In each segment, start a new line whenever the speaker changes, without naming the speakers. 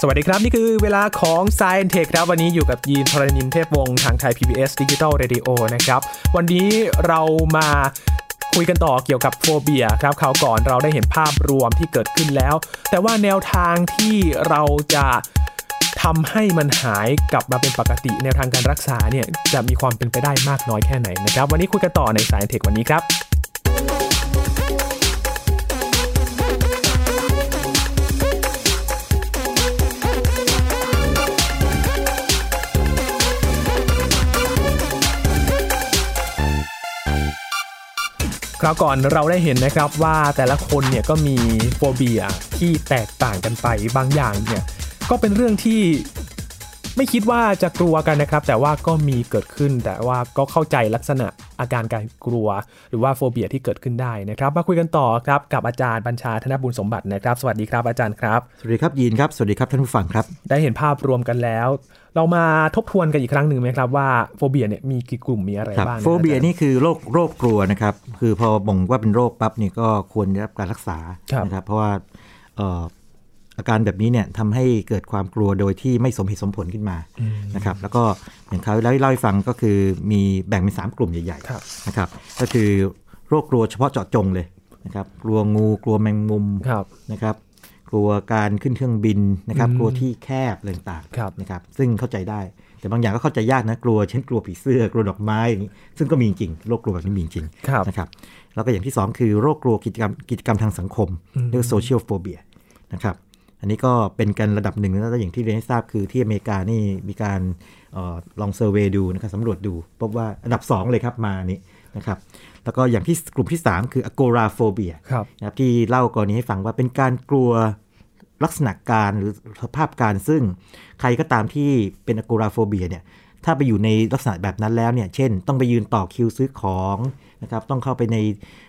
สวัสดีครับ นี่คือเวลาของ s c i e n t e c h ครับ วันนี้อยู่กับยีนทรณินเทพวงศ์ทางไทย PBS Digital Radio นะครับ วันนี้เรามาคุยกันต่อเกี่ยวกับโฟเบียครับคราวก่อนเราได้เห็นภาพรวมที่เกิดขึ้นแล้ว แต่ว่าแนวทางที่เราจะทำให้มันหายกลับมาเป็นปกติแนวทางการรักษาเนี่ยจะมีความเป็นไปได้มากน้อยแค่ไหนนะครับ วันนี้คุยกันต่อใน s c i e n t e c h วันนี้ครับ คราวก่อนเราได้เห็นนะครับว่าแต่ละคนเนี่ยก็มีโฟเบียที่แตกต่างกันไปบางอย่างเนี่ยก็เป็นเรื่องที่ไม่คิดว่าจะกลัวกันนะครับ แต่ว่าก็มีเกิดขึ้น แต่ว่าก็เข้าใจลักษณะอาการการกลัว หรือว่าโฟเบียที่เกิดขึ้นได้นะครับ มาคุยกันต่อครับกับอาจารย์บัญชาธนบุญสมบัตินะครับ สวัสดีครับอาจารย์ครับ
สวัสดีครับยีนครับ สวัสดีครับท่านผู้ฟังครับ
ได้เห็นภาพรวมกันแล้ว เรามาทบทวนกันอีกครั้งหนึ่งไหมครับว่าโฟเบียเนี่ยมีกี่กลุ่มมีอะไร
ครับ
บ้างะ
โฟเบีย
อาจาร
นี่คือโรคโรคกลัวนะครับ คือพอบ่งว่าเป็นโรคปั๊บนี่ก็ควรได้รับการรักษา
ครับ
นะครับ เพราะว่าเอ่ออาการแบบนี้เนี่ยทำให้เกิดความกลัวโดยที่ไม่สมเหตุสมผลขึ้นมานะครับ แล้วก็อย่างเขาวที่แล้วที่เล่าให้ฟังก็คือมีแบ่งเป็นสามกลุ่มใหญ่
ครับ
ๆนะครับ ก็คือโรคกลัวเฉพาะเจาะจงเลยนะครับ กลัวงูกลัวแมงมุม
ครับ
นะครับกลัวการขึ้นเครื่องบินนะครับ
อืม
กลัวที่แคบอะไรต่าง
ครับ
ๆนะครับซึ่งเข้าใจได้ แต่บางอย่างก็เข้าใจยากนะกลัวเช่นกลัวผีเสื้อกลัวดอกไม้อย่างนี้ซึ่งก็มีจริงโรคกลัวแบบนี้มีจริง
ครับ
นะครับแล้วก็อย่างที่สองคือโรคกลัวกิจกรรมกิจกรรมทางสังคม
อืม
เรียกโซเชียลโฟเบียนะครับอันนี้ก็เป็นกันระดับหนึ่งแล้วอย่างที่เรียนให้ทราบคือที่อเมริกานี่มีการเออลองเซอร์เวย์ดูนะครับสำรวจดูพบว่าอันดับสองเลยครับมานี้นะครับแล้วก็อย่างที่กลุ่มที่สามคือ agoraphobia
ครับ
นะครับที่เล่ากรณีให้ฟังว่าเป็นการกลัวลักษณะการหรือสภาพการซึ่งใครก็ตามที่เป็นอ g กราโฟเบียเนี่ยถ้าไปอยู่ในลักษณะแบบนั้นแล้วเนี่ยเช่น ต้องไปยืนต่อคิวซื้อของนะครับต้องเข้าไปใน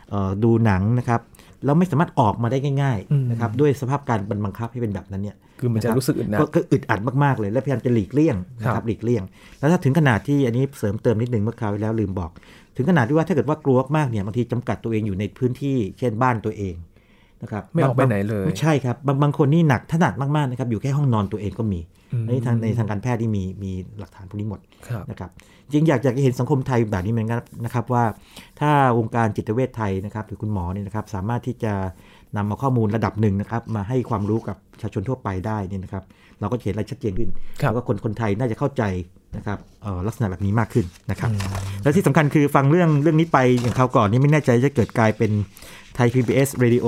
เอ่อดูหนังนะครับแล้วไม่สามารถออกมาได้ง่าย
อืม
ๆนะครับด้วยสภาพการบังคับให้เป็นแบบนั้นเนี่ย
คือมันจะรู้สึกอึดนะ
ก็ก็อึดอัดมาก ๆ เลย และพยายามจะหลีกเลี่ยงนะ
ค
ค
รั
รั
บบ
หลีกเลี่ยง แล้วถ้าถึงขนาดที่อันนี้เสริมเติมนิดนึงเมื่อคราวที่แล้วลืมบอก ถึงขนาดที่ว่าถ้าเกิดว่ากลัวมากๆเนี่ยบางทีจำกัดตัวเองอยู่ในพื้นที่ เช่นบ้านตัวเองนะครับ
ไม่ออกไป
บาง
ไหนเลย
ใช่ครับบางบางคนนี่หนักถนัดมากๆนะครับอยู่แค่ห้องนอนตัวเองก็มี
อืม
อันนี้ทางในทางการแพทย์ที่มีมีหลักฐานพวกนี้หมด
ครับ
นะครับจริงอยากจะเห็นสังคมไทยแบบนี้เหมือนกันนะครับว่า ถ้าวงการจิตเวชไทยนะครับหรือคุณหมอเนี่ยนะครับสามารถที่จะนำเอาข้อมูลระดับหนึ่งนะครับมาให้ความรู้กับประชาชนทั่วไปได้เนี่ยนะครับเราก็จะเห็นอะไรชัดเจนขึ้น
ครับ
แล้วก็คนคนไทยน่าจะเข้าใจนะครับเอ่อลักษณะแบบนี้มากขึ้นนะครับและที่สำคัญคือฟังเรื่องเรื่องนี้ไปอย่างคราวก่อนนี่ไม่แน่ใจจะเกิดกลายเป็นไทย PBS Radio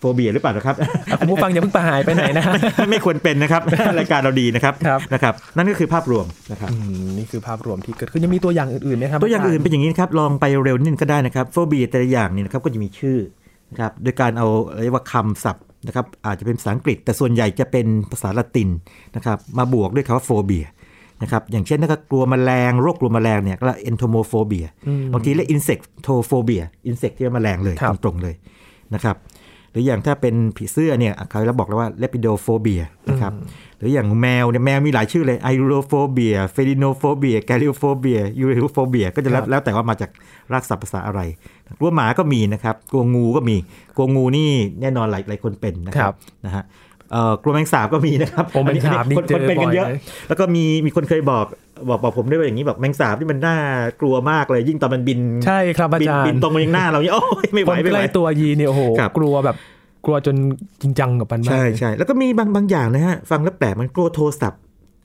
โฟเบียหรือเปล่านะครับ
อ่ะคุณผู้ฟังอย่าเพิ่งไปหายไปไหนนะ
ไม่ไม่ควรเป็นนะครับ รายการเราดีนะครับ
ครับ
นะครับนั่นก็คือภาพรวมนะครับ
อืมนี่คือภาพรวมที่เกิดขึ้นยังมีตัวอย่างอื่นๆไหมครับ
ตัวอย่างอื่น
จร
เป็นอย่างนี้นะครับ ลองไปเร็วนิดนึงก็ได้นะครับโฟเบียแต่ละอย่างเนี่ยนะครับก็จะมีชื่อนะครับโดยการเอาเรียกว่าคำศัพท์นะครับอาจจะเป็นภาษาอังกฤษ แต่ส่วนใหญ่จะเป็นภาษาละตินนะครับมาบวกด้วยคำว่าโฟเบียนะครับอย่างเช่นถ้าก็กลัวแมลงโรคกลัวแมลงเนี่ยก็เอนโทโมโฟเบีย
อืม
บางทีเรียกอินเสกโทโฟเบียอินเสกที่ว่าแมลงเลย
ครับ
ตรงๆเลยนะครับหรืออย่างถ้าเป็นผีเสื้อเนี่ยเขาเราบอกแล้วว่าเลปิโดโฟเบียนะครับหรืออย่างแมวเนี่ยแมวมีหลายชื่อเลยไอโรโฟเบียเฟดิโนโฟเบียแกลิโฟเบียยูเรโฟเบียก็จะแล้ว
ครับ
แล้วแต่ว่ามาจากรากศัพท์ภาษาอะไร กลัวหมาก็มีนะครับ กลัวงูก็มี กลัวงูนี่แน่นอนหลายหลายคนเป็นนะค
ครั
รั
บบ
นะฮะเอ่อกลัวแมงสาบก็มีนะครับ
ผมแมงสาบนี่
อัคนคนเป็นกันเยอะ
เจอบ่อยเลย
แล้วก็มีมีคนเคยบอกบอกบอกผมด้วยว่าอย่างนี้บอกแมงสาบนี่มันน่ากลัวมากเลย ยิ่งตอนมันบิน
ใช่ครับอา
บิน
จารย์
บินตรงมายังหน้าเราเนี่ยโอ้ยไม่ไห
ควน
ไม่ไห
ใก
ว
ล้ตัวยีเนี่ยโอ้โห
ครับ
กลัวแบบกลัวจนจริงจังกับมันมาก
ใช่ใช่แล้วก็มีบางบางอย่างนะฮะฟังแล้วแปลกมันกลัวโทรศัพท์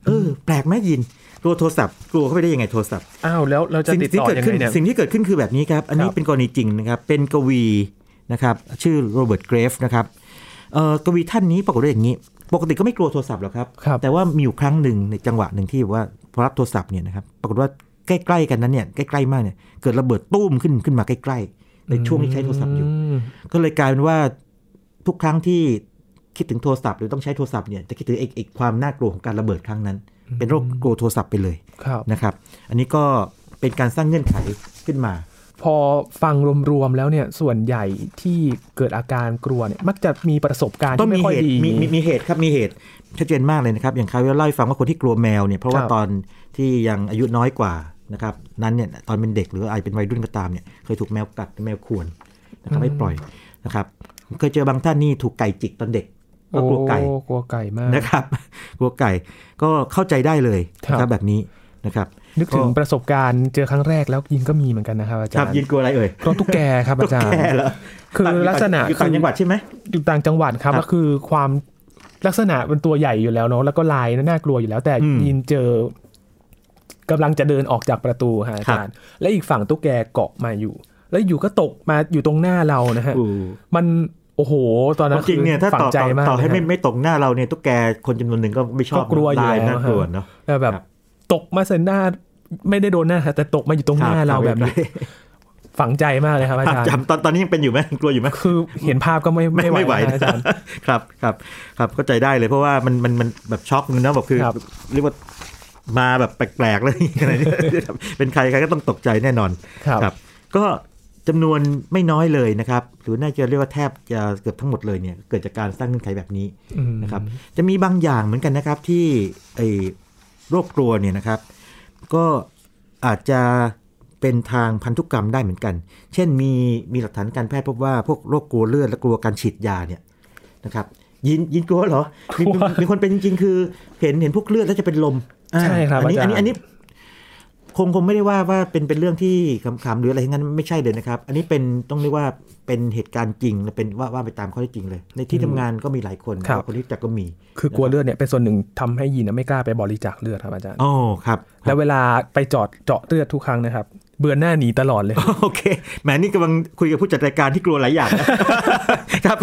เออแปลกไหมยินกลัวโทรศัพท์กลัวเข้าไปได้ยังไงโทรศัพท์
อ้าวแล้วเราจะ
สิ่ง
ติด
ที่
ต่อ
เกิด
ยัง
ขึ้
ไง
น
เนี่ย
สิ่งที่เกิดขึ้นคือแบบนี้ครับ อันนี้
ครับ
เป็นกรณีจริงนะครับ เป็นกวีนะครับชื่อโรเบิร์ตเกรฟนะครับเอ่อกวีท่านนี้ปรากฏว่าอย่างนี้ ปกติก็ไม่กลัวโทรศัพท์หรอกครับ
ครับ
แต่ว่ามีอยู่ครั้งหนึ่งในจังหวะหนึ่งที่แบบว่าพอรับโทรศัพท์เนี่ยนะครับปรากฏว่าใกล้ๆกันนั้นเนี่ยใกล้ๆมากเนี่ยเกิดระเบิดตุ้มขึ้นขึ้นมาใกล้ๆ ในช่วงที่ใช้โทรศัพท์อยู่
ม
ก็เลยกลายเป็นว่าทุกครั้งที่คิดถึงโทรศัพท์หรือต้องใช้โทรศัพท์เนี่ยจะคิดถึงไอ้ไอ้ความน่ากลัวของการระเบิดครั้งนั้น เป็นโรคกลัวโทรศัพท์ไปเลย
ครับ
นะครับ อันนี้ก็เป็นการสร้างเงื่อนไขขึ้นมา
พอฟังรวมๆแล้วเนี่ยส่วนใหญ่ที่เกิดอาการกลัวเนี่ยมักจะมีประสบการณ์
ต้อ
ที่
งมี
ไม่ค่อย
เหตุ
ดี
มีมีมีเหตุครับ มีเหตุชัดเจนมากเลยนะครับ อย่างเขาเล่าให้ฟังว่าคนที่กลัวแมวเนี่ย เพราะว่า
ครับ
ตอนที่ยังอายุน้อยกว่านะครับ นั้นเนี่ย ตอนเป็นเด็กหรืออาจเป็นวัยรุ่นก็ตามเนี่ย เคยถูกแมวกัดหรือแมวข่วนนะครับไม่ปล่อยนะครับ เคยเจอบางท่านนี่ถูกไก่จิกตอนเด็ก ก็กลัวไก่
โอ้กลัวไก่มาก
นะครับ กลัวไก่ก็เข้าใจได้เลยนะค
ครั
รับบ แบบนี้นะครับ
นึกถึงประสบการณ์เจอครั้งแรกแล้วยินก็มีเหมือนกันนะครับอา
ค
จา
รั
ร
บ
ย์
ยินกลัวอะไรเอ่ย
เพราะตุ๊กแกครับอาจารย์
แค่แล้ว
คือลักษณะ
อยู่ต่าง
คือ
จังหวัดใช่ไหม
อยู่ต่างจังหวัดครับ
ครับ
ก็คือความลักษณะเป็นตัวใหญ่อยู่แล้วเนาะแล้วก็ลายน่ากลัวอยู่แล้ว แต่
อืม
ยินเจอกำลังจะเดินออกจากประตูฮะอาจารย์ และอีกฝั่งตุ๊กแกเกาะมาอยู่ แล้วอยู่ก็ตกมาอยู่ตรงหน้าเรานะฮะ
อู้
มันโอ้โห ตอน
ค
นั้
วาน มจริงเนี่ยถ้า
ฝั
ต่อง
ใจ
ต่อ
มาก
ต่อให้
เลย
ไม่
ฮะ
ไม่ตรงหน้าเราเนี่ยตุ๊กแกคนจำนวนหนึ่งก็ไม่ชอบ
ก็กลัวอยู่
ลาย
แล้ว
น่ากลัว
ฮะ
เนาะ
แต่แบบ
ครับ
ตกมาเซนหน้าไม่ได้โดนหน้าฮะแต่ตกมาอยู่ตรงหน้าเราแบบนี้ฝังใจมากเลยครับอาจา
ภาพ
รย์
จำตอนตอนนี้ยังเป็นอยู่ไหมกลัวอยู่ไหม
คือเห็นภาพก็ไม่
ไม่ไม่ไหว
นะ
นะ
อาจารย์
ครับครับครับเข้าใจได้เลยเพราะว่ามันมันมันแบบช็อกนะแบบคือ
ครับ
เรียกว่ามาแบบแปลกๆเลย อะไรเงี้ยเป็นใครใครก็ต้องตกใจแน่นอน
ครับ
ครับ ก็จำนวนไม่น้อยเลยนะครับ หรือน่าจะเรียกว่าแทบจะเกือบทั้งหมดเลยเนี่ยเกิดจากการสร้างเงื่อนไขแบบนี้
อืม
นะครับ จะมีบางอย่างเหมือนกันนะครับที่ไอ้โรคกลัวเนี่ยนะครับ ก็อาจจะเป็นทางพันธุกรรมได้เหมือนกัน เช่นมีมีหลักฐานการแพทย์พบว่าพวกโรคกลัวเลือดและกลัวการฉีดยาเนี่ยนะครับ ยินยินกลัวเหรอมีมีมีคนเป็นจริง ๆ คือเห็นเห็นพวกเลือดแล้วจะเป็นลมอ่า
ใช่ครับ
อันี้อั
อาจารย์
นี้อันนี้ คงคงไม่ได้ว่าว่าเป็นเป็นเรื่องที่ขำๆหรืออะไรทั้งนั้นไม่ใช่เลยนะครับ อันนี้เป็นต้องเรียกว่าเป็นเหตุการณ์จริงและเป็นว่าว่าไปตามข้อเท็จจริงเลย ในที่ทำงานก็มีหลายคน
ครับ
คนที่รู้จักก็มี
คือกลัวเลือดเนี่ยเป็นส่วนหนึ่งทำให้ยีนนะไม่กล้าไปบริจาคเลือดครับอาจารย์
อ๋อครับ
แล้วเวลาไปจอดเจาะเลือดทุกครั้งนะครับ เบือนหน้าหนีตลอดเลย
โอเคแหมนี่กำลังคุยกับผู้จัดรายการที่กลัวหลายอย่างนะ ครับ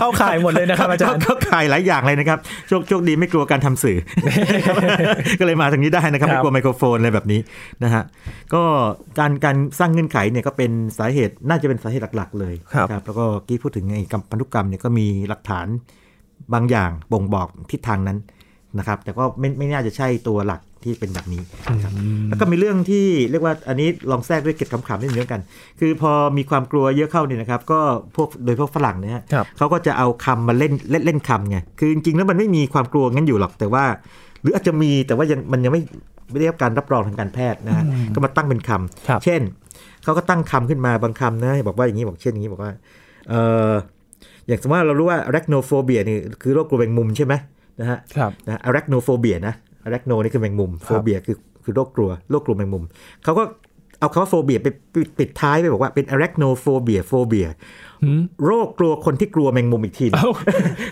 เข้าข่ายหมดเลยนะครับอาจารย์
เข้เข้าข่ายหลายอย่างเลยนะครับโชคโชคดีไม่กลัวการทำสื่อ ก็เลยมาทางนี้ได้นะครับ
ครับ
ไม่กลัวไมโครโฟนอะไรแบบนี้นะฮะก็การการสร้างเงื่อนไขเนี่ยก็เป็นสาเหตุน่าจะเป็นสาเหตุหลักๆ เลยครับแล้วก็เมื่อกี้พูดถึงไอ้กรรมพันธุกรรมเนี่ยก็มีหลักฐานบางอย่างบ่งบอกทิศทางนั้นนะครับ แต่ก็ไม่ไม่น่าจะใช่ตัวหลักที่เป็นแบบนี้ แล้วก็มีเรื่องที่เรียกว่าอันนี้ลองแทรกด้วยเกร็ดขำๆนิดนึงแล้วกัน คือพอมีความกลัวเยอะเข้าเนี่ยนะครับ ก็พวกโดยพวกฝรั่งเนี่ยฮะ
ครับ
เขาก็จะเอาคำมาเล่นเล่นเล่นคำไงคือจริงๆแล้วมันไม่มีความกลัวงั้นอยู่หรอกแต่ว่า หรืออาจจะมีแต่ว่ายังมันยังไม่ไม่ได้รับการรับรองทางการแพทย์นะฮะก็มาตั้งเป็นคำ
ครับ
เช่นเขาก็ตั้งคำขึ้นมาบางคำนะบอกว่าอย่างนี้บอกเช่นอย่างนี้บอกว่าเอออย่างสมมติว่าเรารู้ว่า arachnophobia นี่คือโรคกลัวแมงมุมใช่ไหมนะฮะ
ครับ
นะ arachnophobia นะ arachno นี่คือแมงมุม
ครับ
phobia คือคือโรคกลัว โรคกลัวแมงมุม เขาก็เอาคำว่า phobia ไปปิดปิดท้ายไปบอกว่าเป็น arachnophobia phobia
หืม
โรคกลัวคนที่กลัวแมงมุมอีกทีหนึ่ง
เอ้า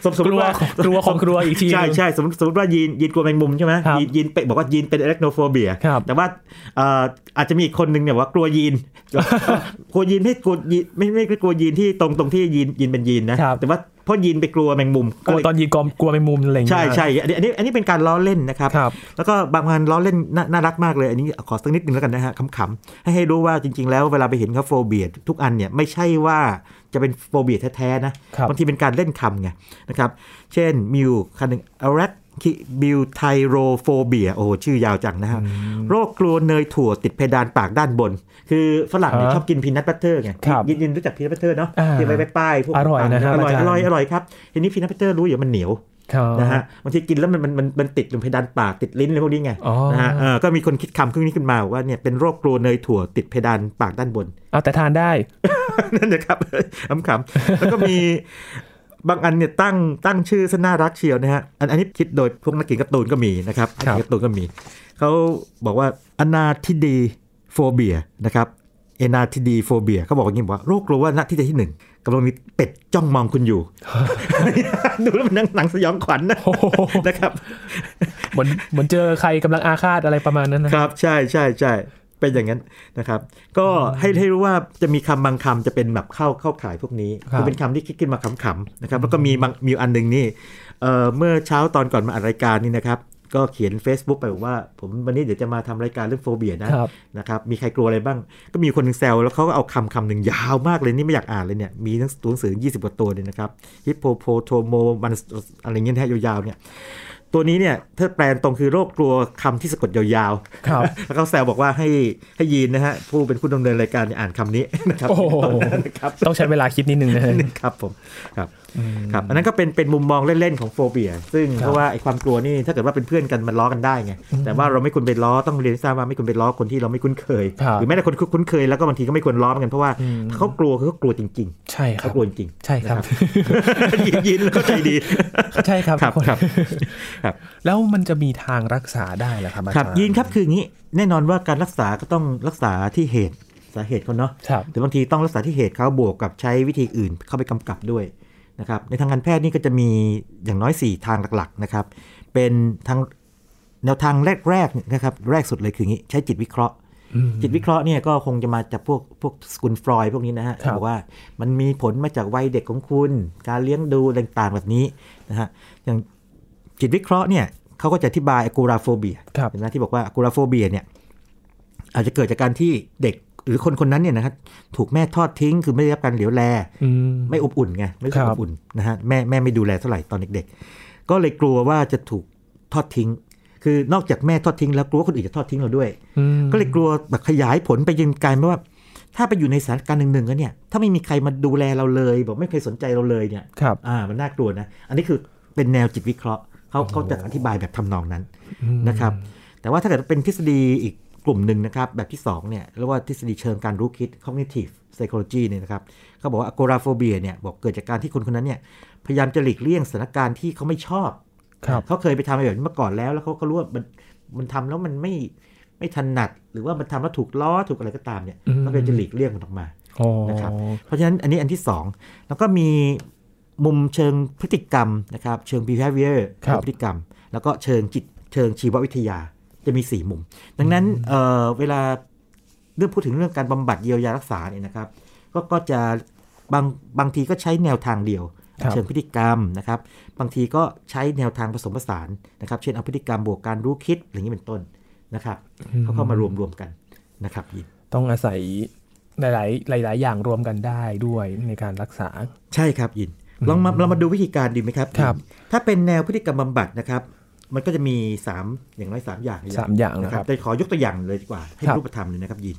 สมมติสมมติว่าก
ลัวของกลัวอีกทีหนึ่ง
ใช่ใช่สมมติสมมติว่ายีนยีนกลัวแมงมุมใช่ไหม
ครับ
ยีนยีนเป็นบอกว่ายีนเป็น arachnophobia
ครับ
แต่ว่าเอ่ออาจจะมีอีกคนหนึ่งเนี่ยบอกว่ากลัวยีน กลัวยีนไม่กลัวยีนไม่ไม่ไม่กลัวยีนที่ตรงตรงที่ยีนยีนเป็นยีนนะครับ แต่ว่าเพราะยีนไปกลัวแมงมุม
กลัวตอนยีนกลมกลัวไปมุมอะไรอย่าง
ใช่
เงี้ย
ใช่อันนี้อันนี้อันนี้เป็นการล้อเล่นนะครับ
ครับ
แล้วก็บางงานล้อเล่นนาน่ารักมากเลย อันนี้ขอสักนิดหนึ่งแล้วกันนะฮะขำๆให้ให้รู้ว่าจริง ๆ แล้วเวลาไปเห็นเขาโฟเบียทุกอันเนี่ยไม่ใช่ว่าจะเป็นโฟเบียแท้ๆนะครับ บางทีเป็นการเล่นคำไงนะครับ เช่นมิวคันหนึ่งอารัตคิบิวไทโรโฟเบียโอ้โหชื่อยาวจังนะฮะ โรคกลัวเนยถั่วติดเพดานปากด้านบน คือฝรั่งเนี่ย
ฮะ
ชอบกินพีนัทบัตเตอร์ไง
ครับ
ยินยินรู้จักพีนัทบัตเตอร์เนาะ
อ่า
ที่ไว้ไว้ป้ายพวก
อร่อยนะครับ
อร่อย
อาจารย์
อร่อยอร่อยครับทีนี้พีนัทบัตเตอร์รู้อยู่มันเหนียว
ครับ
นะฮะบางทีกินแล้วมันมันมันมันติดลงเพดานปากติดลิ้นอะไรพวกนี้ไง
อ๋อ
นะฮะเออก็มีคนคิดคำขึ้นนี้ขึ้นมาบอกว่าเนี่ยเป็นโรคกลัวเนยถั่วติดเพดานปากด้านบน
เอาแต่ทานได้
นั่นนะครับ ขำๆแล้วก็มี บางอันเนี่ยตั้งตั้งชื่อซะน่ารักเชียวนะฮะอันอันนี้คิดโดยพวกนักเขียนการ์ตูนก็มีนะครับนัก
ครับ
เขียนการ์ตูนก็มีเขาบอกว่าอนาทิดีโฟเบียนะครับเอนาทิดีโฟเบียเขาบอกว่าอย่างนี้บอกว่าโรคกลัวว่าณที่ใดที่หนึ่งกำลังมีเป็ดจ้องมองคุณ อยู่ ดูแล้วมันหนังสยองขวัญนะ
โอ้โห
นะครับ
เหมือนเหมือนเจอใครกำลังอาฆาตอะไรประมาณนั้นนะ
ครับใช่ใช่ใช่เป็นอย่างนั้นนะครับ ก็ให้ให้รู้ว่าจะมีคำบางคำจะเป็นแบบเข้าเข้าขายพวกนี้
ครับ
อเป็นคำที่คิดขึ้นมาขำๆนะครับแล้วก็มีบางมีอันหนึงนี่เอ่อเมื่อเช้าตอนก่อนมาอัดรายการนี่นะครับ ก็เขียน Facebook ไปบอกว่า ผมวันนี้เดี๋ยวจะมาทำรายการเรื่องโฟเบียนะครับ นะครับมีใครกลัวอะไรบ้าง ก็มีคนหนึงแซวแล้วเขาก็เอาคำคำหนึ่งยาวมากเลยนี่ไม่อยากอ่านเลยเนี่ยมีหนังตัวหนังสือ 20กว่าตัวเลยนะครับฮิปโปโพโทโมมันอะไรเงี้ยนะฮะยาวๆเนี่ยตัวนี้เนี่ยถ้าแปลตรงคือโรคกลัวคำที่สะกดยาวๆ
ครับ
แล้วเขาแซวบอกว่าให้ให้ยีนนะฮะ ผู้เป็นผู้ดำเนินรายการเนี่ยอ่านคำนี้นะครับ
โอ้โห
นะครับ
ต้องใช้เวลาคิดนิดนึงนะฮะ
ครับผมครับ
อืม
ครับอันนั้นก็เป็นเป็นมุมมองเล่นๆของโฟเบีย ซึ่ง
ครับ
เพราะว่าไอ้ความกลัวนี่ถ้าเกิดว่าเป็นเพื่อนกันมันล้อกันได้ไงแต่ว่าเราไม่ควรไปล้อต้องเรียนให้ทราบว่าไม่ควรไปล้อคนที่เราไม่คุ้นเคย
ครับ
หรือแม้แต่คนคุ้นเคยแล้วก็บางทีก็ไม่ควรล้อเหมือนกันเพราะว่า
อืม
เขากลัวคือเขากลัวจริง
ใช่ครั
ๆเขา
บ
กลัวจริง
ใช่ครับ
ๆ ยินยินเข้าใจดี
ใช่ครับ
ครับ
ทุกน
ครับครับ
แล้วมันจะมีทางรักษาได้เหรอครับอา
ค
จา
รับ
รย์
ยินครับคืออย่างนี้แน่นอนว่าการรักษาก็ต้องรักษาที่เหตุสาเหตุเขาเนาะ
ครับ
แต่บางทีต้องรักษาที่เหตุเขาบวกกับใช้วิธีอื่นเข้าไปกำกับด้วยนะครับในทางการแพทย์นี่ก็จะมีอย่างน้อย 4 ทางหลักๆนะครับเป็นทางแนวทางแรกๆเนี่ยนะครับแรกสุดเลยคืออย่างนี้ใช้จิตวิเคราะห์ จิตวิเคราะห์เนี่ยก็คงจะมาจากพวกพวกสกุลฟรอยด์พวกนี้นะฮะ
ครับ
บอกว่ามันมีผลมาจากวัยเด็กของคุณ การเลี้ยงดูอะไรต่างๆแบบนี้นะฮะอย่างจิตวิเคราะห์เนี่ยเขาก็จะอธิบายอกูราโฟเบีย
ครับ
เห็นไหมที่บอกว่ากูราโฟเบียเนี่ยอาจจะเกิดจากการที่เด็กหรือคนคนนั้นเนี่ยนะครับถูกแม่ทอดทิ้งคือไม่ได้รับการเหลียวแล
อืม
ไม่อบอุ่นไงไม่รู้สึก
ครับ
อ
บ
อุ่นนะฮะแม่แม่ไม่ดูแลเท่าไหร่ตอนเด็กๆ ก็เลยกลัวว่าจะถูกทอดทิ้ง คือนอกจากแม่ทอดทิ้งแล้วกลัวว่าคนอื่นจะทอดทิ้งเราด้วย ก็เลยกลัวแบบขยายผลไปยังไกลไม่ว่า ถ้าไปอยู่ในสถานการณ์หนึ่งๆแล้วเนี่ยถ้าไม่มีใครมาดูแลเราเลยบอกไม่เคยสนใจเราเลยเนี่ย
ครับ
อ่ามันน่ากลัวนะอันนี้คือเป็นแนวจิตวิเคราะห์เขาเขาจะอธิบายแบบทำนองนั้น
อืม
นะครับแต่ว่าถ้าเกิดเป็นทฤษฎีอีกกลุ่มหนึ่งนะครับ แบบที่2เนี่ยเรียกว่าทฤษฎีเชิงการรู้คิด cognitive psychology เนี่ยนะครับเขาบอกว่า agoraphobia เนี่ยบอกเกิดจากการที่คนคนนั้นเนี่ยพยายามจะหลีกเลี่ยงสถานการณ์ที่เขาไม่ชอบ
ครับ
เขาเคยไปทำอะไรแบบนี้มาก่อนแล้ว แล้วเขาก็รู้ว่ามันมันทำแล้วมันไม่ไม่ถนัด หรือว่ามันทำแล้วถูกล้อถูกอะไรก็ตามเนี่ย
อืม
เขาเลยจะหลีกเลี่ยงมันออกมา
อ๋อ
นะครับ เพราะฉะนั้นอันนี้อันที่ 2 แล้วก็มีมุมเชิงพฤติกรรมนะครับเชิง behavior
ครับ
พฤติกรรม แล้วก็เชิงจิตเชิงชีววิทยาจะมี 4 มุม ดังนั้นเอ่อเวลาเรื่องพูดถึงเรื่องการบำบัดเยียวยารักษาเนี่ยนะครับก็ก็จะบางบางทีก็ใช้แนวทางเดียว
ครับ
เชิงพฤติกรรมนะครับ บางทีก็ใช้แนวทางผสมผสานนะครับเช่นเอาพฤติกรรมบวกการรู้คิดอย่างนี้เป็นต้นนะครับ
อืม
เขาเข้ามารวมรวมกันนะครับยิน
ต้องอาศัยหลายๆหลาย ๆ อย่างรวมกันได้ด้วยในการรักษา
ใช่ครับยินลองมาเรามาดูวิธีการดีไหมครับ
ครับ
ยินถ้าเป็นแนวพฤติกรรมบำบัดนะครับ มันก็จะมี 3 อย่างน้อย 3 อย่าง
สามอย่างนะครับ
แต่ขอยกตัวอย่างเลยดีกว่า ให้
ครับ
รูปธรรมเลยนะครับยิน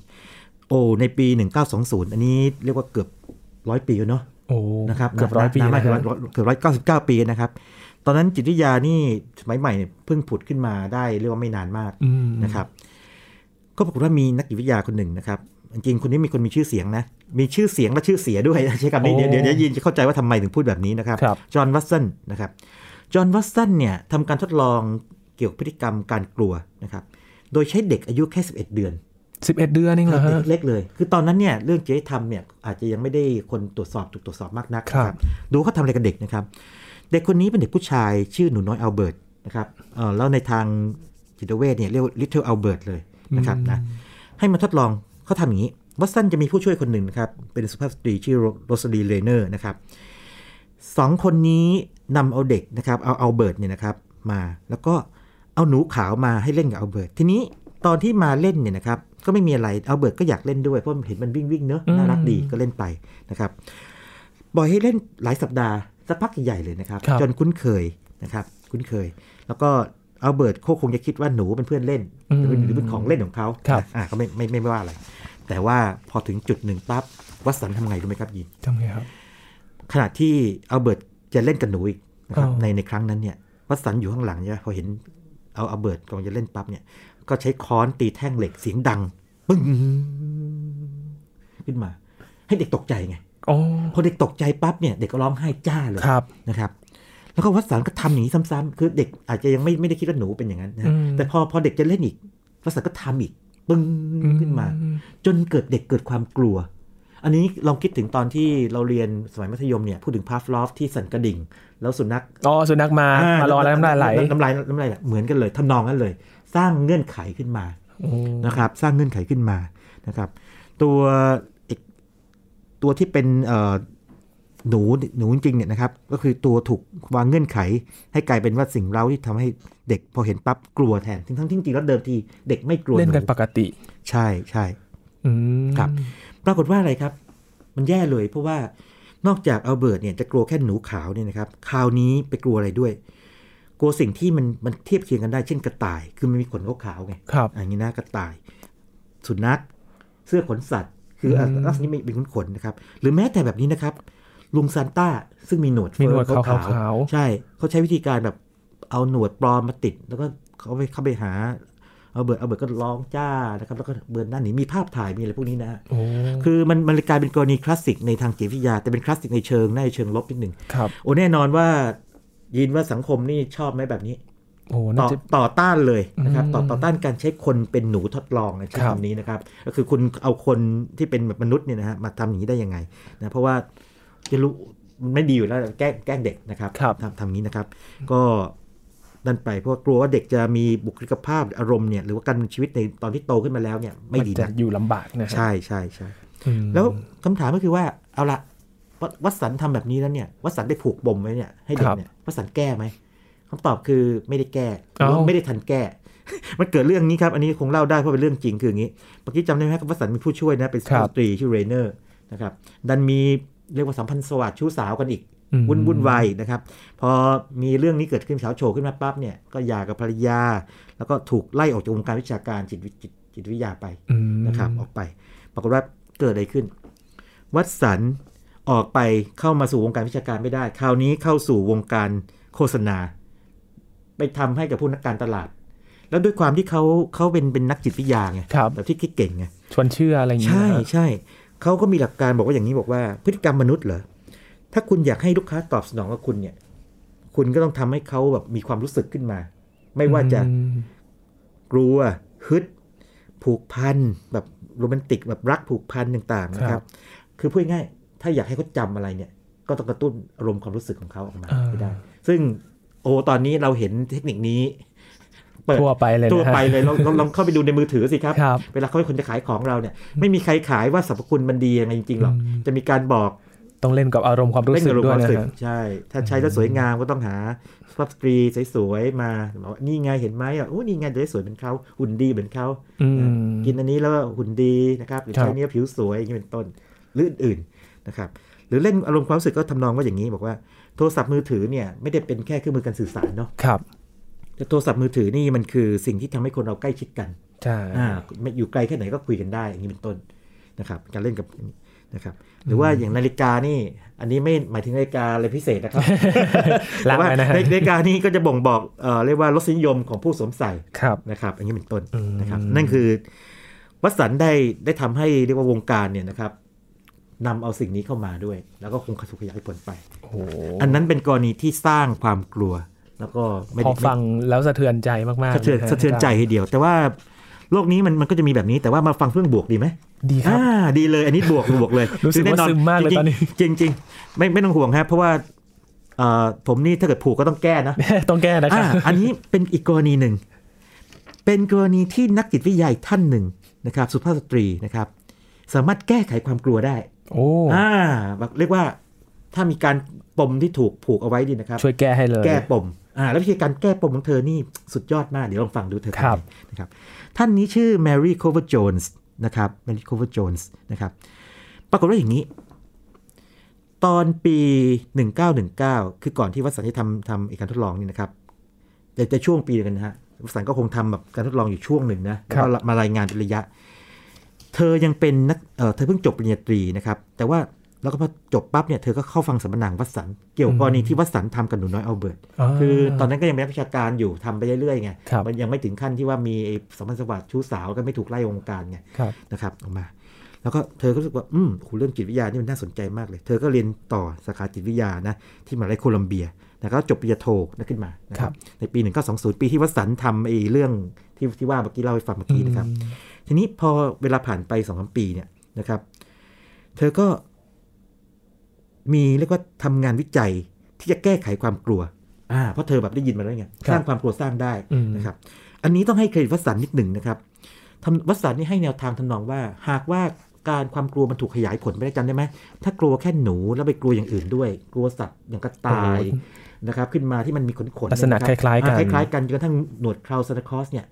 โอ้ในปี 1920 อันนี้เรียกว่าเกือบร้อยปีแล้วเนาะ
โอ้
นะครับ
เกือบร้อยปี
นานมา
นะ
กเกือบ
ฮะ
ร้อยเกือบร้อยเก้าสิบเก้าปีนะครับ ตอนนั้นจิตวิทยานี่สมัยใหม่เนี่ยเพิ่งผุดขึ้นมาได้เรียกว่าไม่นานมาก
อืม
นะครับก็ปรากฏว่ามีนักจิตวิทยาคนหนึ่งนะครับ จริงๆคนนี้มีคนมีชื่อเสียงนะ มีชื่อเสียงและชื่อเสีย ด้วย ใช้คำนี้
โอ้
เดี๋ยวเดี๋ยวจะยินจะเข้าใจว่าทำไมถึงพูดแบบนี้นะครับ
ครับ
จอห์นวัตสันนะครับ จอห์นวัตสันเนี่ยทำการทดลองเกี่ยวกับพฤติกรรมการกลัวนะครับ โดยใช้เด็กอายุแค่ 11 เดือน
สิบเอ็ดเดือนเองเหรอ
เด็
ฮะ
กเล็กเลย คือตอนนั้นเนี่ยเรื่องจริยธรรมเนี่ยอาจจะยังไม่ได้คนตรวจสอบถูกตรวจสอบมากนักนะครับ ดูเขาทำอะไรกับเด็กนะครับ เด็กคนนี้เป็นเด็กผู้ชายชื่อหนูน้อยอัลเบิร์ตนะครับเอ่อแล้วในทางจิตเวชเนี่ยเรียกลิ t เทิลอัลเบิร์ตเลยนะครับนะให้มาทดลองเขาทำอย่างนี้วัตสันจะมีผู้ช่วยคนหนึ่งนะครับ เป็นสุภาพสตรีชื่อโรสลีเรเนอร์นะครับสองคนนี้นำเอาเด็กนะครับเอาอัลเบิร์ตเนี่ยนะครับมาแล้วก็เอาหนูขาวมาให้เล่นกับอัลเบิร์ตทีนี้ตอนที่มาเล่นเนี่ยนะครับก็ไม่มีอะไรอัลเบิร์ตก็อยากเล่นด้วยเพราะมันเห็นมันวิ่งวิ่งๆเนอะน่ารักดีก็เล่นไปนะครับ ปล่อยให้เล่นหลายสัปดาห์สักพักใหญ่ๆเลยนะครับ
ครับ
จนคุ้นเคยนะครับ คุ้นเคย แล้วก็อัลเบิร์ตเขาคงจะคิดว่าหนูเป็นเพื่อนเล่น
อืม
หรือหรือเป็นของเล่นของเขา
ครับ
อ่ะก็ไม่ไม่ไม่ไม่ว่าอะไร แต่ว่าพอถึงจุดหนึ่งปั๊บวัตสันทำไงรู้ไหมครับยิน
ทำไงครับ
ขณะที่อัลเบิร์ตจะเล่นกับหนูอีกนะครับ
อ๋อ
ในในครั้งนั้นเนี่ยวัตสันอยู่ข้างหลังใช่ไหมพอเห็นเอาอัลเบิร์ตกำลังจะเล่นปั๊บเนี่ยก็ใช้ค้อนตีแท่งเหล็กเสียงดังปึ้งขึ้นมา ให้เด็กตกใจไง
อ๋อ
พอเด็กตกใจปั๊บเนี่ยเด็กก็ร้องไห้จ้าเลย
ครับ
นะครับ แล้วก็วัดสันก็ทำอย่างนี้ซ้ำๆคือเด็กอาจจะยังไม่ไม่ได้คิดว่าหนูเป็นอย่างนั้นนะ
อื
ฮะ
ม
แต่พอพอเด็กจะเล่นอีกวัดสันก็ทำอีกปึ้งขึ้นมา
อืม
จนเกิดเด็กเกิดความกลัว อันนี้ลองคิดถึงตอนที่เราเรียนสมัยมัธยมเนี่ยพูดถึงพาฟลอฟที่สันกระดิ่ง แล้วสุนัข
อ๋อสุนัขมา
อ่
มารอแล้วน้ำลายไหล
น้ำลายน้ำลายไหลเหมือนกันเลยทำนองนั้นเลย สร้างเงื่อนไขขึ้นมา
โอ้
นะครับสร้างเงื่อนไขขึ้นมานะครับ ตัวอีกตัวที่เป็นเอ่อหนูหนูจริงๆเนี่ยนะครับ ก็คือตัวถูกวางเงื่อนไข ให้กลายเป็นว่าสิ่งเร้าที่ทำให้เด็กพอเห็นปั๊บกลัวแทนทั้งทั้งที่จริงๆแล้วเดิมทีเด็กไม่กลัวห
เล่นกันปกติ
ใช่ใช่
อืม
ครับ ปรากฏว่าอะไรครับ มันแย่เลยเพราะว่านอกจากอัลเบิร์ตเนี่ยจะกลัวแค่หนูขาวเนี่ยนะครับคราวนี้ไปกลัวอะไรด้วย กลัวสิ่งที่มันมันเทียบเคียงกันได้เช่นกระต่าย คือมันมีขนขาวๆไง
ครับ
อันนี้นะกระต่าย สุนัขเสื้อขนสัตว์ คืออ่ะ
อืม
ลักษณะนี้เป็นขนๆนะครับ หรือแม้แต่แบบนี้นะครับ ลุงซานต้าซึ่งมีหนวดเฟิ
มีหนว
ร์
ดขาวๆ
ใช่เขาใช้วิธีการแบบเอาหนวดปลอมมาติด แล้วก็เขาไปเข้าไปหาเอาเบิร์ดเอาเบิร์ดก็ร้องจ้านะครับแล้วก็เบิร์ดนั่นนี่มีภาพถ่ายมีอะไรพวกนี้นะฮะ
โอ้
คือมันมันเลยกลายเป็นกรณีคลาสสิกในทางจิตวิทยา แต่เป็นคลาสสิกในเชิงน่าจะเชิงลบนิดหนึ่ง
ครับ
โอ้แน่นอนว่ายินว่าสังคมนี่ชอบไหมแบบนี้
โอ้
ต่
น่า
อ
จะ
ต่อต้านเลยนะครับ
อืม
ต่อต่อต้านการใช้คนเป็นหนูทดลองนะใช้
ครับ
คำนี้นะครับ ก็คือคุณเอาคนที่เป็นแบบมนุษย์เนี่ยนะฮะมาทำอย่างนี้ได้ยังไงนะเพราะว่าจะรู้มันไม่ดีอยู่แล้วแกล้งแกล้งเด็กนะครับ
ครับ
ทำทำอย่างนี้นะครับ ก็ดันไปเพราะว่ากลัวว่าเด็กจะมีบุคลิกภาพอารมณ์เนี่ยหรือว่าการมีชีวิตในตอนที่โตขึ้นมาแล้วเนี่ยไม่ดี
นจะ
นะ
อยู่ลำบากนะฮะ
ใช่ใช่ใช่
อืม
แล้วคำถามก็คือว่าเอาละวัดวัดสันทำแบบนี้แล้วเนี่ยวัดสันได้ผูกบ่มไว้เนี่ยให้เด็
ค
ก
รับ
เนี่ยวัดสันแก้ไหมคำตอบคือไม่ได้แก้หรือว่า
เอ้า
ไม่ได้ทันแก้ มันเกิดเรื่องนี้ครับอันนี้คงเล่าได้เพราะเป็นเรื่องจริงคืออย่างนี้เมื่อกี้จำได้ไหมครับวัดสันมีผู้ช่วยนะเป็น
ครับ
สตรีชื่อเรเนอร์นะครับดันมีเรียกว่าสัมพันธ์สวัสดิ์ชู้สาวกันอีก
อืม
วุ่นวุ่นวายนะครับ พอมีเรื่องนี้เกิดขึ้นเฉาโฉขึ้นมาปั๊บเนี่ยก็หย่ากับภรรยา แล้วก็ถูกไล่ออกจากวงการวิชาการจิตวิจิตจิตวิทยาไป
อืม
นะครับ ออกไป ปรากฏว่าเกิดอะไรขึ้น วัดสันออกไปเข้ามาสู่วงการวิชาการไม่ได้ คราวนี้เข้าสู่วงการโฆษณา ไปทำให้กับผู้นักการตลาด แล้วด้วยความที่เขาเขาเป็นเป็นนักจิตวิทยาไง
ครับ
แบบที่คิดเก่งไง
ชวนเชื่ออะไรอย่างเงี้ย
ใช่ใช่เขาก็มีหลักการบอกว่าอย่างนี้บอกว่าพฤติกรรมมนุษย์เหรอถ้าคุณอยากให้ลูกค้าตอบสนองกับคุณเนี่ย คุณก็ต้องทำให้เขาแบบมีความรู้สึกขึ้นมา ไม่ว่าจะ
อืม
กลัวฮึด ผูกพันแบบโรแมนติกแบบรักผูกพันต่างๆนะครับ คือพูดง่ายๆถ้าอยากให้เขาจำอะไรเนี่ย ก็ต้องกระตุ้นอารมณ์ความรู้สึกของเขาออกมาให้ได้ ซึ่งโอตอนนี้เราเห็นเทคนิคนี้เปิด
ทั่วไปเลยนะ
ทั่วไป
ฮะ
เลยลองลองลองเข้าไปดูในมือถือสิครับ
ครับ
เวลาเขาเป็นคนจะขายของเราเนี่ยไม่มีใครขายว่าสรรพคุณมันดียังไงจริงๆหรอก
อืม
จะมีการบอก
ต้องเล่นกับอารมณ์ความรู้
เล่น
สึก
กับ
ด้วย
ความ
นะ
รู้สึก
ฮะ
ใช่ ถ้าใช้แล้วสวยงามก็ต้องหาสภาพสตรีสวยๆมาบอกว่านี่ไงเห็นไหมอ่ะโอ้นี่ไงจะได้สวยเหมือนเขาหุ่นดีเหมือนเขา
อืม
กินอันนี้แล้วหุ่นดีนะครับหรือ
ครับ
ใช้เนี้ยผิวสวยอย่างนี้เป็นต้นหรืออื่นๆนะครับหรือเล่นอารมณ์ความรู้สึกก็ทำนองว่าอย่างนี้บอกว่าโทรศัพท์มือถือเนี่ยไม่ได้เป็นแค่เครื่องมือการสื่อสารเนาะ
ครับ
แต่โทรศัพท์มือถือนี่มันคือสิ่งที่ทำให้คนเราใกล้ชิดกัน
ใช่
อ่าไม่อยู่ไกลแค่ไหนก็คุยกันได้ อย่างนี้เป็นต้นนะครับ การเล่นกับนะครับ หรือว่าอย่างนาฬิกานี่ อันนี้ไม่หมายถึงนาฬิกาอะไรพิเศษนะครับ
ละ
แต่ว่า
ไปนะฮะ
นาฬินาฬิกานี่ก็จะบ่งบอกเอ่อเรียกว่ารสนิยมของผู้สวมใส่
ครับ
นะครับอย่างนี้เป็นต้น
อืม
นะครับ นั่นคือวัดสันได้ได้ทำให้เรียกว่าวงการเนี่ยนะครับนำเอาสิ่งนี้เข้ามาด้วย แล้วก็คงถูกขยายผลไป
โอ้โห
อันนั้นเป็นกรณีที่สร้างความกลัว แล้วก็
พ
ไม่ได้
อ
ไม่
ฟังแล้วสะเทือนใจมากๆ
สะเทือ
ล
น
ยฮ
สะเทือนใจทีเดียว แต่ว่าโลกนี้มันมันก็จะมีแบบนี้แต่ว่ามาฟังเรื่องบวกดีไหม
ดีครับ
อ่าดีเลย อันนี้บวกบวกเลย
รู้สึก
คือแน่นอ
ว่า
น
ซึมมากเลย
จริ
ต
งๆ
อนนี้
จริงจริงๆไม่ไม่ต้องห่วงครับเพราะว่าเอ่อผมนี่ถ้าเกิดผูกก็ต้องแก้นะ
ต้องแก้นะค
อ่า
รับ
อันนี้เป็นอีกกรณีหนึ่ง เป็นกรณีที่นักจิตวิทยาอีกท่านหนึ่งนะครับ สุภาพสตรีนะครับ สามารถแก้ไขความกลัวได้
โอ้
อ่าเรียกว่าถ้ามีการปมที่ถูกผูกเอาไว้ดีนะครับ
ช่วยแก้ให้เลย
แก้ปม อ่า แล้ววิธีการแก้ปมของเธอนี่สุดยอดมาก เดี๋ยวลองฟังดูเธอทำ
ครับ
ยังไงนะครับ ท่านนี้ชื่อแมรี่โคเวอร์โจนส์นะครับ แมรี่โคเวอร์โจนส์นะครับ ปรากฏว่าอย่างนี้ ตอนปี 1919 คือก่อนที่วัดสันจะทำทำเอกการทดลองนี่นะครับแต่จะช่วงปีเดียวกันนะฮะ วัดสันก็คงทำแบบการทดลองอยู่ช่วงหนึ่งนะแล้วก็มารายงานเป็นระยะ เธอยังเป็นนักเอ่อเธอเพิ่งจบปริญญาตรีนะครับ แต่ว่าแล้วก็พอจบปั๊บเนี่ยเธอก็เข้าฟังสัมมนาของวัดสันเกี่ยวกับกรณีที่วัดสันทำกับหนูน้อยอัลเบิร์ต
า
คือตอนนั้นก็ยังเป็นนักวิชาการอยู่ทำไปเรื่อยๆไง
ครับ
มันยังไม่ถึงขั้นที่ว่ามีไอ้สัมพันธ์สวัสดิ์ชู้สาวก็ไม่ถูกไล่วงการไง
ครับ
นะครับออกมา แล้วก็เธอก็รู้สึกว่า อืมโหเรื่องจิตวิทยานี่มันน่าสนใจมากเลย เธอก็เรียนต่อสาขาจิตวิทยานะที่มหาวิทยาลัยโคลัมเบียนะก็จบปริญญาโทนะขึ้นมานะค
ครั
รับบ ในปี 1920 ปีที่วัดสันทำไอ้เรื่องที่ที่ว่าเมื่อกี้เล่าให้ฟังเมื่อกี้นะครับ ทีนี้พอเวลาผ่านไปสองสามปีเนี่ยนะครับ เธอก็มีเรียกว่าทำงานวิจัยที่จะแก้ไขความกลัวอ่าเพราะเธอแบบได้ยินมาแล้วไง
ครับ
สร้างความกลัวสร้างได้
อืม
นะครับ อันนี้ต้องให้เครดิตวัสสันนิดหนึ่งนะครับทำวัสสันนี่ให้แนวทางทำนองว่า หากว่าการความกลัวมันถูกขยายผลไปได้จำได้ไหมถ้ากลัวแค่หนูแล้วไปกลัวอย่างอื่นด้วย กลัวสัตว์อย่างกระต่ายนะครับ ขึ้นมาที่มันมีขนขน
ลักษณะคล้ายๆกัน
คล้ายๆกันจนกระทั่งหนวดเคราวซานตาคลอสเนี่ย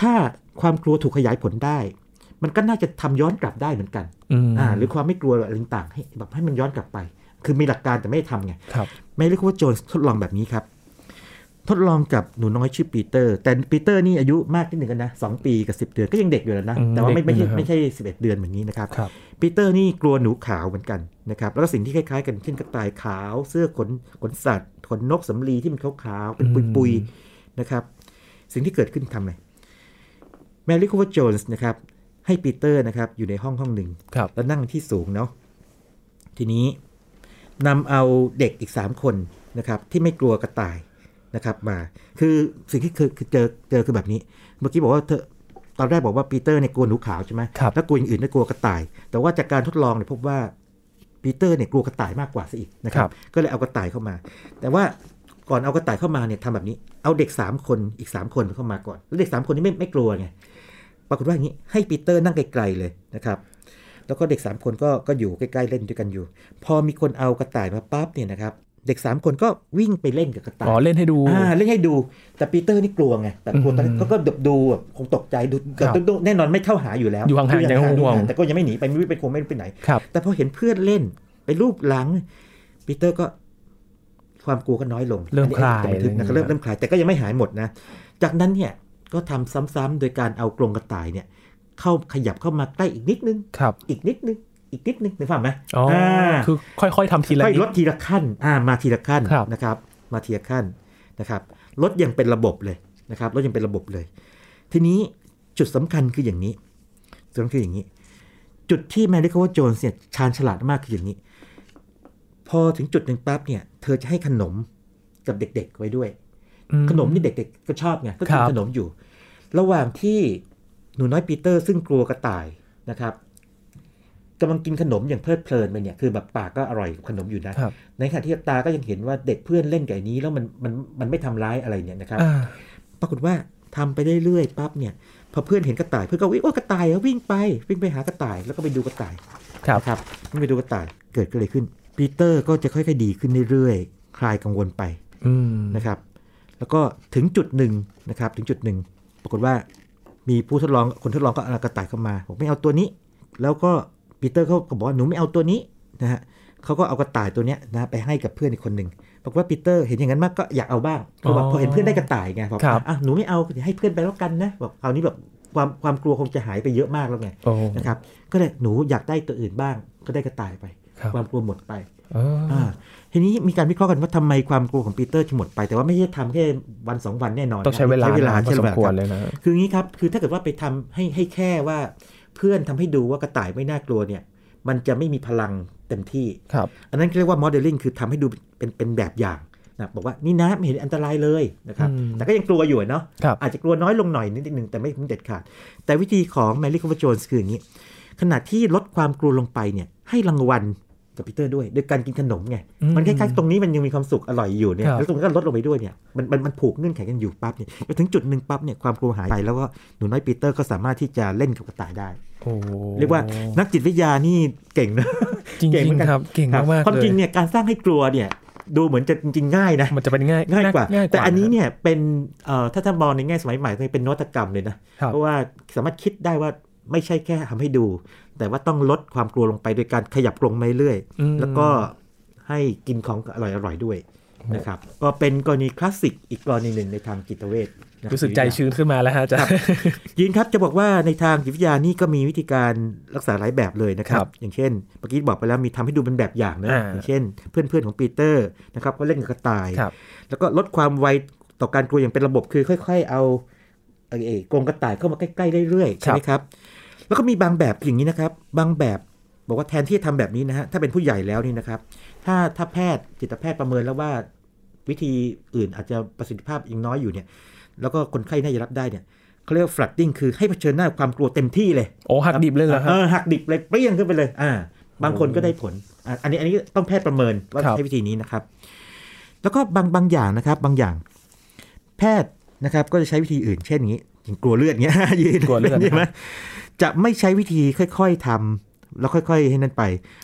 ถ้าความกลัวถูกขยายผลได้ มันก็น่าจะทำย้อนกลับได้เหมือนกัน
ม
อ่า หรือความไม่กลัวอะไรต่างๆให้แบบให้มันย้อนกลับไป คือมีหลักการแต่ไม่ได้ทำไง
ครับ
ไม่เรียกว่าโจนส์ทดลองแบบนี้ครับ ทดลองกับหนูน้อยชื่อปีเตอร์ แต่ปีเตอร์นี่อายุมากนิดหนึ่งกันนะสองปีกับสิบเดือนก็ยังเด็กอยู่แล้วนะ
อืม
แต่ว่าไม่ไม่ใช่
เด็กอยู่นะครับ
ไม่ใช่สิบเอ็ดเดือนเหมือนนี้นะครับ
ครับ
ปีเตอร์นี่กลัวหนูขาวเหมือนกันนะครับแล้วก็สิ่งที่คล้ายๆกันเช่นกระต่ายขาว เสื้อขนขนสัตว์ขนนกสำลีที่มันขาวๆเป็นปุย
อืม
ๆนะครับ สิ่งที่เกิดขึ้นทำอะไรแมรี่คูเวอร์โจนส์นะครับ ให้ปีเตอร์นะครับ อยู่ในห้องห้องหนึ่ง
ครับ
แล้วนั่งที่สูงเนาะทีนี้นำเอาเด็กอีก 3 คนนะครับ ที่ไม่กลัวกระต่ายนะครับ มา คือสิ่งที่คือคือเจอเจอคือแบบนี้ เมื่อกี้บอกว่าเธอตอนแรกบอกว่าปีเตอร์เนี่ยกลัวหนูขาวใช่ไหม
ครับ
แล้วกลัวอย่างอื่นไม่กลัวกระต่าย แต่ว่าจากการทดลองเนี่ยพบว่าปีเตอร์เนี่ยกลัวกระต่ายมากกว่าซะอีกนะค
ครั
รับ
บ
ก็เลยเอากระต่ายเข้ามา แต่ว่าก่อนเอากระต่ายเข้ามาเนี่ยทำแบบนี้ เอาเด็ก 3 คนอีก 3 คนเข้ามาก่อนแล้วเด็ก 3 คนนี้ไม่ไม่กลัวไง ปรากฏว่าอย่างนี้ให้ปีเตอร์นั่งไกลๆเลยนะครับ แล้วก็เด็ก 3 คนก็ก็อยู่ใกล้ๆเล่นด้วยกันอยู่ พอมีคนเอากระต่ายมาปั๊บเนี่ยนะครับ เด็ก 3 คนก็วิ่งไปเล่นกับกระต่าย
อ๋อเล่นให้ดู
อ่าเล่นให้ดูแต่ปีเตอร์นี่กลัวไงแบบกลัว
อืม
ตอนนั้นเขาก็ดบดูแบบคงตกใจดู
ครับ
แต่ดูแน่นอนไม่เข้าหาอยู่แล้ว
อยู่ห่างๆยัง
ดู
ห่วง
ๆแต่ก็ยังไม่หนีไปไม่รู้ไปคงไม่รู้ไปไหน
ครับ
แต่พอเห็นเพื่อนเล่นไปรูปหลังปีเตอร์ก็ความกลัวก็น้อยลง
เริ่มคลาย
อันนี้อาจจะบันทึกนะก็เริ่มเริ่มคลายแต่ก็ยังไม่หายหมดนะ จากนั้นเนี่ยก็ทำซ้ำๆโดยการเอากรงกระต่ายเนี่ย เข้าขยับเข้ามาใกล้อีกนิดนึง
ครับ
อีกนิดนึง อีกนิดนึงนึกภาพไหม
อ๋ออา คือค่อยๆทำทีละ
ค่อย
นิ
ล
ด
ดทีละขั้นอ่ามาทีละขั้น
ครับ
นะครับ มาทีละขั้นนะครับ ลดอย่างเป็นระบบเลยนะครับลดอย่างเป็นระบบเลย ทีนี้จุดสำคัญคืออย่างนี้จุดสำคัญคืออย่างนี้ จุดที่แมรี่คาวโจนเนี่ยชาญฉลาดมากคืออย่างนี้ พอถึงจุดหนึ่งปั๊บเนี่ย เธอจะให้ขนมกับเด็กๆไว้ด้วย
อื
ขนมนี่เด็กๆก็ชอบไงก็
ครั
กิน
บ
ขนมอยู่ ระหว่างที่หนูน้อยปีเตอร์ซึ่งกลัวกระต่ายนะครับกำลังกินขนมอย่างเพลิดเพลินไปเนี่ยคือแบบปากก็อร่อยกับขนมอยู่นะ
ครับ
ในขณะที่ตาก็ยังเห็นว่าเด็กเพื่อนเล่นไก่นี้แล้วมันมันมันไม่ทำร้ายอะไรเนี่ยนะครับ
อ่า
ปรากฏว่าทำไปเรื่อยๆปั๊บเนี่ย พอเพื่อนเห็นกระต่ายเพื่อนก็วิ่งโอ้ยกระต่ายอะวิ่งไป วิ่งไปหากระต่ายแล้วก็ไปดูกระต่าย
ครับ
นะครับวิ่งไปดูกระต่ายเกิดก็เลยขึ้น ปีเตอร์ก็จะค่อยๆดีขึ้นเรื่อยๆคลายกังวลไป
อืม
นะครับ แล้วก็ถึงจุดหนึ่งนะครับ ถึงจุดหนึ่ง ปรากฏว่ามีผู้ทดลอง คนทดลองก็เอากระต่ายเข้ามาบอกไม่เอาตัวนี้ แล้วก็ปีเตอร์เขาก็บอกว่าหนูไม่เอาตัวนี้นะฮะเขาก็เอากระต่ายตัวเนี้ยนะไปให้กับเพื่อนอีกคนหนึ่งปรากฏว่าปีเตอร์เห็นอย่างนั้นมากก็อยากเอาบ้างเพราะว่า
อ๋อ
พอเห็นเพื่อนได้กระต่ายไงบอก
ครับ
อ่ะหนูไม่เอาเดี๋ยวให้เพื่อนไปแล้วกันนะบอกคราวนี้แบบความความกลัวคงจะหายไปเยอะมากแล้วไง
โอ้
นะครับ ก็เลยหนูอยากได้ตัวอื่นบ้าง ก็ได้กระต่ายไป
ครับ
ความกลัวหมดไป
อ่า
อ่าทีนี้มีการวิเคราะห์กันว่าทำไมความกลัวของปีเตอร์จึงหมดไป แต่ว่าไม่ใช่ทำแค่วันสองวันแน่นอน
ต้องใช้เวลา
ใช้เวลา
พอ
ใช่
ส
ไห
ม
ม
คว
ค
ร
รับ
เลยนะ
คืออย่างนี้ครับ คือถ้าเกิดว่าไปทำให้ให้แค่ว่าเพื่อนทำให้ดูว่ากระต่ายไม่น่ากลัวเนี่ย มันจะไม่มีพลังเต็มที่
ครับ
อันนั้นเรียกว่า modeling คือทำให้ดูเป็นเป็นแบบอย่างนะบอกว่านี่นะไม่เห็นอันตรายเลยนะครับ
อืม
แต่ก็ยังกลัวอยู่อะเนาะ
ครับ
อาจจะกลัวน้อยลงหน่อยนิดนึง แต่ไม่ถึงเด็ดขาด แต่วิธีของแมรี่คอ r j โจนส์คืออย่างนี้ ขณะที่ลดความกลัวลงไปเนี่ย ให้รางวัลกับปีเตอร์ด้วยโดยการกินขนมไง
อืม
มันคล้ายๆตรงนี้มันยังมีความสุขอร่อยอยู่เนี่ย
ครับ
แล้วตรงนี้ก็ลดลงไปด้วยเนี่ยมันมันมันผูกเงื่อนไขกันอยู่ปั๊บเนี่ยพอถึงจุดหนึ่งปั๊บเนี่ยความกลัวหายไปแล้วก็หนูน้อยปีเตอร์ก็สามารถที่จะเล่นกับกระต่ายได้
โอ้
เรียกว่านักจิตวิทยานี่เก่งนะ
จริง
เก่งเหมือนกัน
ๆครับ เก่งมากๆ
ความ
เล
จริ
ย
งเนี่ยการสร้างให้กลัวเนี่ยดูเหมือนจะจริงๆง่ายนะ
มันจะเป็นง่าย
ง่ายกว่า
ง่ายกว่า
แต่อันนี้
ะ
เนี่ยเป็นเอ่อถ้าถ้ามองในแง่สมัยใหม่ก็เป็นนวัตกรรมเลยนะ
ครับ
เพราะว่าสามารถคิดได้ว่าไม่ใช่แค่ทำให้ดู แต่ว่าต้องลดความกลัวลงไปโดยการขยับกรงไปเรื่อย
อืม
แล้วก็ให้กินของอร่อยๆด้วยนะครับ ก็เป็นกรณีคลาสสิกอีกกรณีหนึ่งในทางจิตเวชนะ
รู้สึกใจชื้นขึ้นมาแล้วฮะอาจารย์
ยินครับจะบอกว่าในทางจิตวิทยานี่ก็มีวิธีการรักษาหลายแบบเลยนะครับ
ครับ
อย่างเช่นเมื่อกี้บอกไปแล้วมีทำให้ดูเป็นแบบอย่างนะ
อ่า
อย่างเช่น เพื่อนๆของปีเตอร์นะครับก็เล่นกับกระต่าย
ครับ
แล้วก็ลดความไวต่อการกลัวอย่างเป็นระบบคือค่อย ๆ เอาเอ่อกรงกระต่ายเข้ามาใกล้ๆเรื่อย
ครั
ๆใช่
บ
ไหมครับแล้วก็มีบางแบบอย่างนี้นะครับ บางแบบบอกว่าแทนที่จะทำแบบนี้นะฮะถ้าเป็นผู้ใหญ่แล้วนี่นะครับ ถ้าถ้าแพทย์จิตแพทย์ประเมินแล้วว่าวิธีอื่นอาจจะประสิทธิภาพยังน้อยอยู่เนี่ย แล้วก็คนไข้น่าจะรับได้เนี่ยเขาเรียกว่า flooding คือให้เผชิญหน้าความกลัวเต็มที่เลย
โอ้หักดิบเลยเหรอครั
เอบ อหักดิบเลยเปรี้ยงขึ้นไปเลย อ่า บางคน
โอ้
ก็ได้ผลอ่ะอันนี้อันนี้ต้องแพทย์ประเมินว่า
ครับ
ใช้วิธีนี้นะครับ แล้วก็บางบางอย่างนะครับ บางอย่าง แพทย์นะครับ ก็จะใช้วิธีอื่น เช่นอย่างนี้อย่างกลัวเลือดเงี้ย ยืน
กลัวเลือด
ใช่ไหมจะไม่ใช้วิธีค่อย ๆทำแล้วค่อย ๆ ให้นั่นไป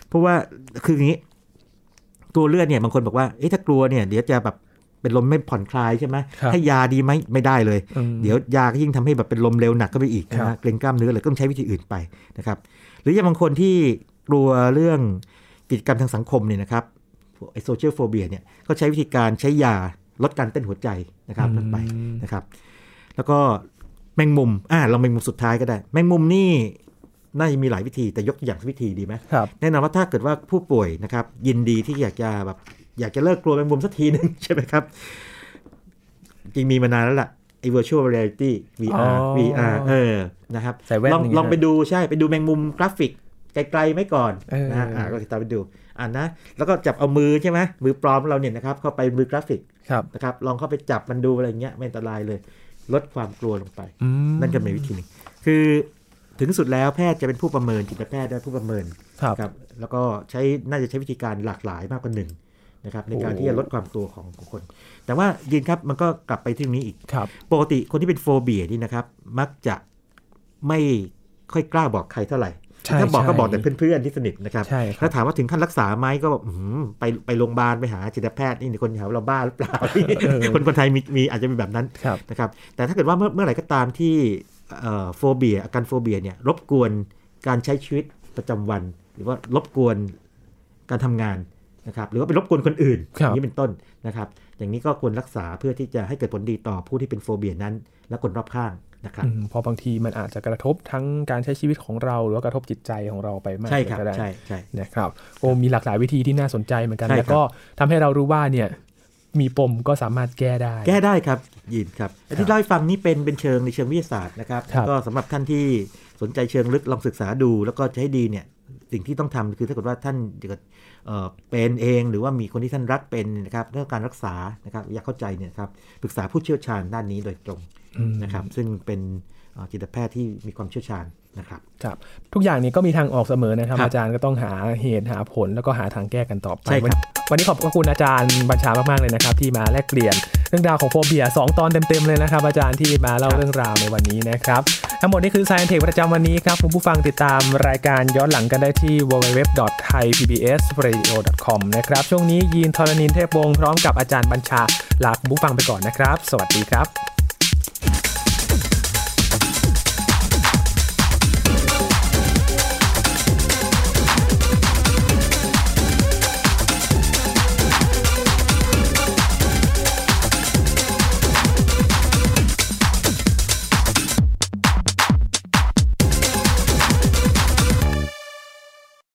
เพราะว่าคืออย่างนี้ กลัวเลือดเนี่ยบางคนบอกว่าเอ๊ะถ้ากลัวเนี่ยเดี๋ยวจะแบบเป็นลมไม่ผ่อนคลายใช่ไหม
ครับ
ให้ยาดีไหมไม่ได้เลย
อืม
เดี๋ยวยาก็ยิ่งทำให้แบบเป็นลมเร็วหนักก็ไปอีกนะ
ครั
ฮะ
บ
เกรงกล้ามเนื้อเลยก็ต้องใช้วิธีอื่นไปนะครับ หรืออย่างบางคนที่กลัวเรื่องกิจกรรมทางสังคมเนี่ยนะครับไอโซเชียลโฟเบียเนี่ยก็ใช้วิธีการใช้ยา ลดการเต้นหัวใจนะครับลดไป
อืม
นะครับ แล้วก็แมงมุมอ่าเราแมงมุมสุดท้ายก็ได้ แมงมุมนี่น่าจะมีหลายวิธีแต่ยกตัวอย่างสักวิธีดีไหม
ครับ
แน่นอนว่าถ้าเกิดว่าผู้ป่วยนะครับยินดีที่อยากจะแบบอยากจะเลิกกลัวแมงมุมสักทีหนึ่ง ใช่ไหมครับ จริงมีมานานแล้วล่ะไอ้ virtual reality
อ๋อ
VR VR เออนะครับ
ใส่แว่น
ลอง
อย่างเงี้ย
ลองไปดูใช่ไปดูแมงมุมกราฟิกไกลๆไว้ก่อน
เออ
นะฮะอ่ะก็ติดตามไปดูอ่านนะ แล้วก็จับเอามือใช่ไหมมือปลอมเราเนี่ยนะครับเข้าไปมือกราฟิก
ครับ
นะครับลองเข้าไปจับมันดูอะไรเงี้ยไม่อันตรายเลย ลดความกลัวลงไป
อืม
นั่นก็เป็นวิธีหนึ่งคือถึงสุดแล้วแพทย์จะเป็นผู้ประเมินจิตแพทย์ได้ผู้ประเมิน
ครับ
ครับแล้วก็ใช้น่าจะใช้วิธีการหลากหลายมากกว่าหนึ่งนะครับในการ
โอ้
ที่จะลดความกลัวของของคน แต่ว่ายินครับมันก็กลับไปที่ตรงนี้อีก
ครับ
ปกติคนที่เป็นโฟเบียนี่นะครับมักจะไม่ค่อยกล้าบอกใครเท่าไหร่
ใช่
ถ้าบอกก็
ใช่
บอกแต่เพื่อนๆที่สนิทนะครับ
ใช่ครับ
ถ้าถามว่าถึงขั้นรักษาไหมก็แบบอื้อหือไปไปโรงพยาบาลไปหาจิตแพทย์นี่คนแถวเราบ้าหรือเปล่า คนคนไทยมีมีอาจจะเป็นแบบนั้น
ครับ
นะครับแต่ถ้าเกิดว่าเมื่อเมื่อไหร่ก็ตามที่โฟเบียอาการโฟเบียเนี่ยรบกวนการใช้ชีวิตประจำวัน หรือว่ารบกวนการทำงานนะครับหรือว่าไปรบกวนคนอื่น
ค
อ
รับ
ย่างนี้เป็นต้นนะครับอย่างนี้ก็ควรรักษาเพื่อที่จะให้เกิดผลดีต่อผู้ที่เป็นโฟเบียนั้น และคนรอบข้างนะครับ
อืมเพอบางทีมันอาจจะกระทบทั้งการใช้ชีวิตของเรา หรือว่ากระทบจิตใจของเราไปมาก
ใช่ครับ
เลยก็ได้
ใช่ใช่
นะครับโอ้มีหลากหลายวิธีที่น่าสนใจเหมือนกัน
ใช่ครับ
แล้วก็ทำให้เรารู้ว่าเนี่ยมีปมก็สามารถแก้ได้
แก้ได้ครับยินครับอันที่เล่าให้ฟังนี่เป็นเป็นเชิงในเชิงวิทยาศาสตร์นะครับ
ครับ
ก็สำหรับท่านที่สนใจเชิงลึกลองศึกษาดู แล้วก็จะให้ดีเนี่ยสิ่งที่ต้องทำคือถ้าเกิดว่าท่านเกิดเอ่อเป็นเองหรือว่ามีคนที่ท่านรักเป็นนะครับเรื่องการรักษานะครับอยากเข้าใจเนี่ยนะครับปรึกษาผู้เชี่ยวชาญด้านนี้โดยตรง
อืม
นะครับซึ่งเป็นเอ่อจิตแพทย์ที่มีความเชี่ยวชาญนะครับ
ครับทุกอย่างนี้ก็มีทางออกเสมอนะครับ
ครับ
อาจารย์ก็ต้องหาเหตุหาผลแล้วก็หาทางแก้กันต่อไป
ใช่ครับ
วันวันนี้ขอบพระคุณอาจารย์บัญชามากๆเลยนะครับ ที่มาแลกเปลี่ยนเรื่องราวของโฟเบียสองตอนเต็มๆเลยนะครับ อาจารย์ที่มาเล่าเรื่องราวในวันนี้นะครับ ทั้งหมดนี้คือ Science Tech ประจำวันนี้ครับคุณผู้ฟังติดตามรายการย้อนหลังกันได้ที่ www.thaipbsradio.com นะครับช่วงนี้ยีนทรณินเทพวงศ์พร้อมกับอาจารย์บัญชาลาคุณผู้ฟังไปก่อนนะครับ สวัสดีครับ